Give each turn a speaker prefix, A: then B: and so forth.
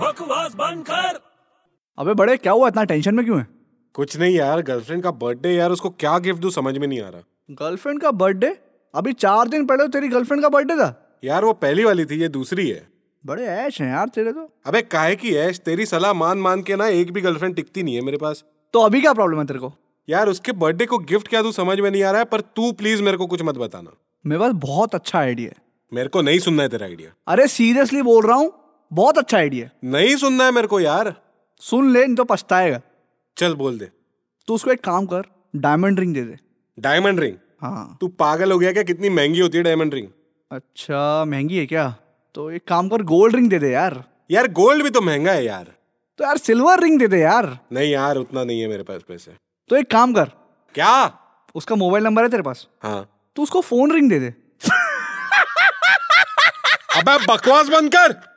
A: बकवास बंद कर
B: अबे बड़े क्या हुआ इतना टेंशन में क्यों है
C: कुछ नहीं यार गर्लफ्रेंड का बर्थडे यार उसको क्या गिफ्ट दूं समझ में नहीं आ रहा
B: गर्लफ्रेंड का बर्थडे अभी चार दिन पहले तो तेरी गर्लफ्रेंड का बर्थडे था
C: यार वो पहली वाली थी ये दूसरी है
B: बड़े ऐश हैं यार तेरे तो
C: अबे काहे की ऐश तेरी सलाह मान मान के ना एक भी गर्लफ्रेंड टिकती नहीं है मेरे पास
B: तो अभी क्या प्रॉब्लम है तेरे को
C: यार उसके बर्थडे को गिफ्ट क्या दूं समझ में नहीं आ रहा है पर तू प्लीज मेरे को कुछ मत बताना
B: मेरे पास बहुत अच्छा आइडिया है
C: मेरे को नहीं सुनना है तेरा आइडिया
B: अरे सीरियसली बोल रहा हूँ बहुत अच्छा आइडिया है
C: नहीं सुनना है मेरे को यार
B: सुन ले नहीं तो पछताएगा
C: चल बोल दे
B: तो उसको एक काम कर डायमंड रिंग दे दे
C: डायमंड रिंग
B: हाँ
C: तू पागल हो गया क्या कितनी महंगी होती है डायमंड रिंग
B: अच्छा महंगी है क्या तो एक काम कर गोल्ड रिंग दे दे यार
C: यार गोल्ड भी तो महंगा है यार
B: तो यार सिल्वर रिंग दे दे यार
C: नहीं यार उतना नहीं है मेरे पास पैसे
B: तो एक काम कर
C: क्या
B: उसका मोबाइल नंबर है तेरे पास
C: हाँ
B: तो उसको फोन रिंग दे दे
C: अबे बकवास बंद कर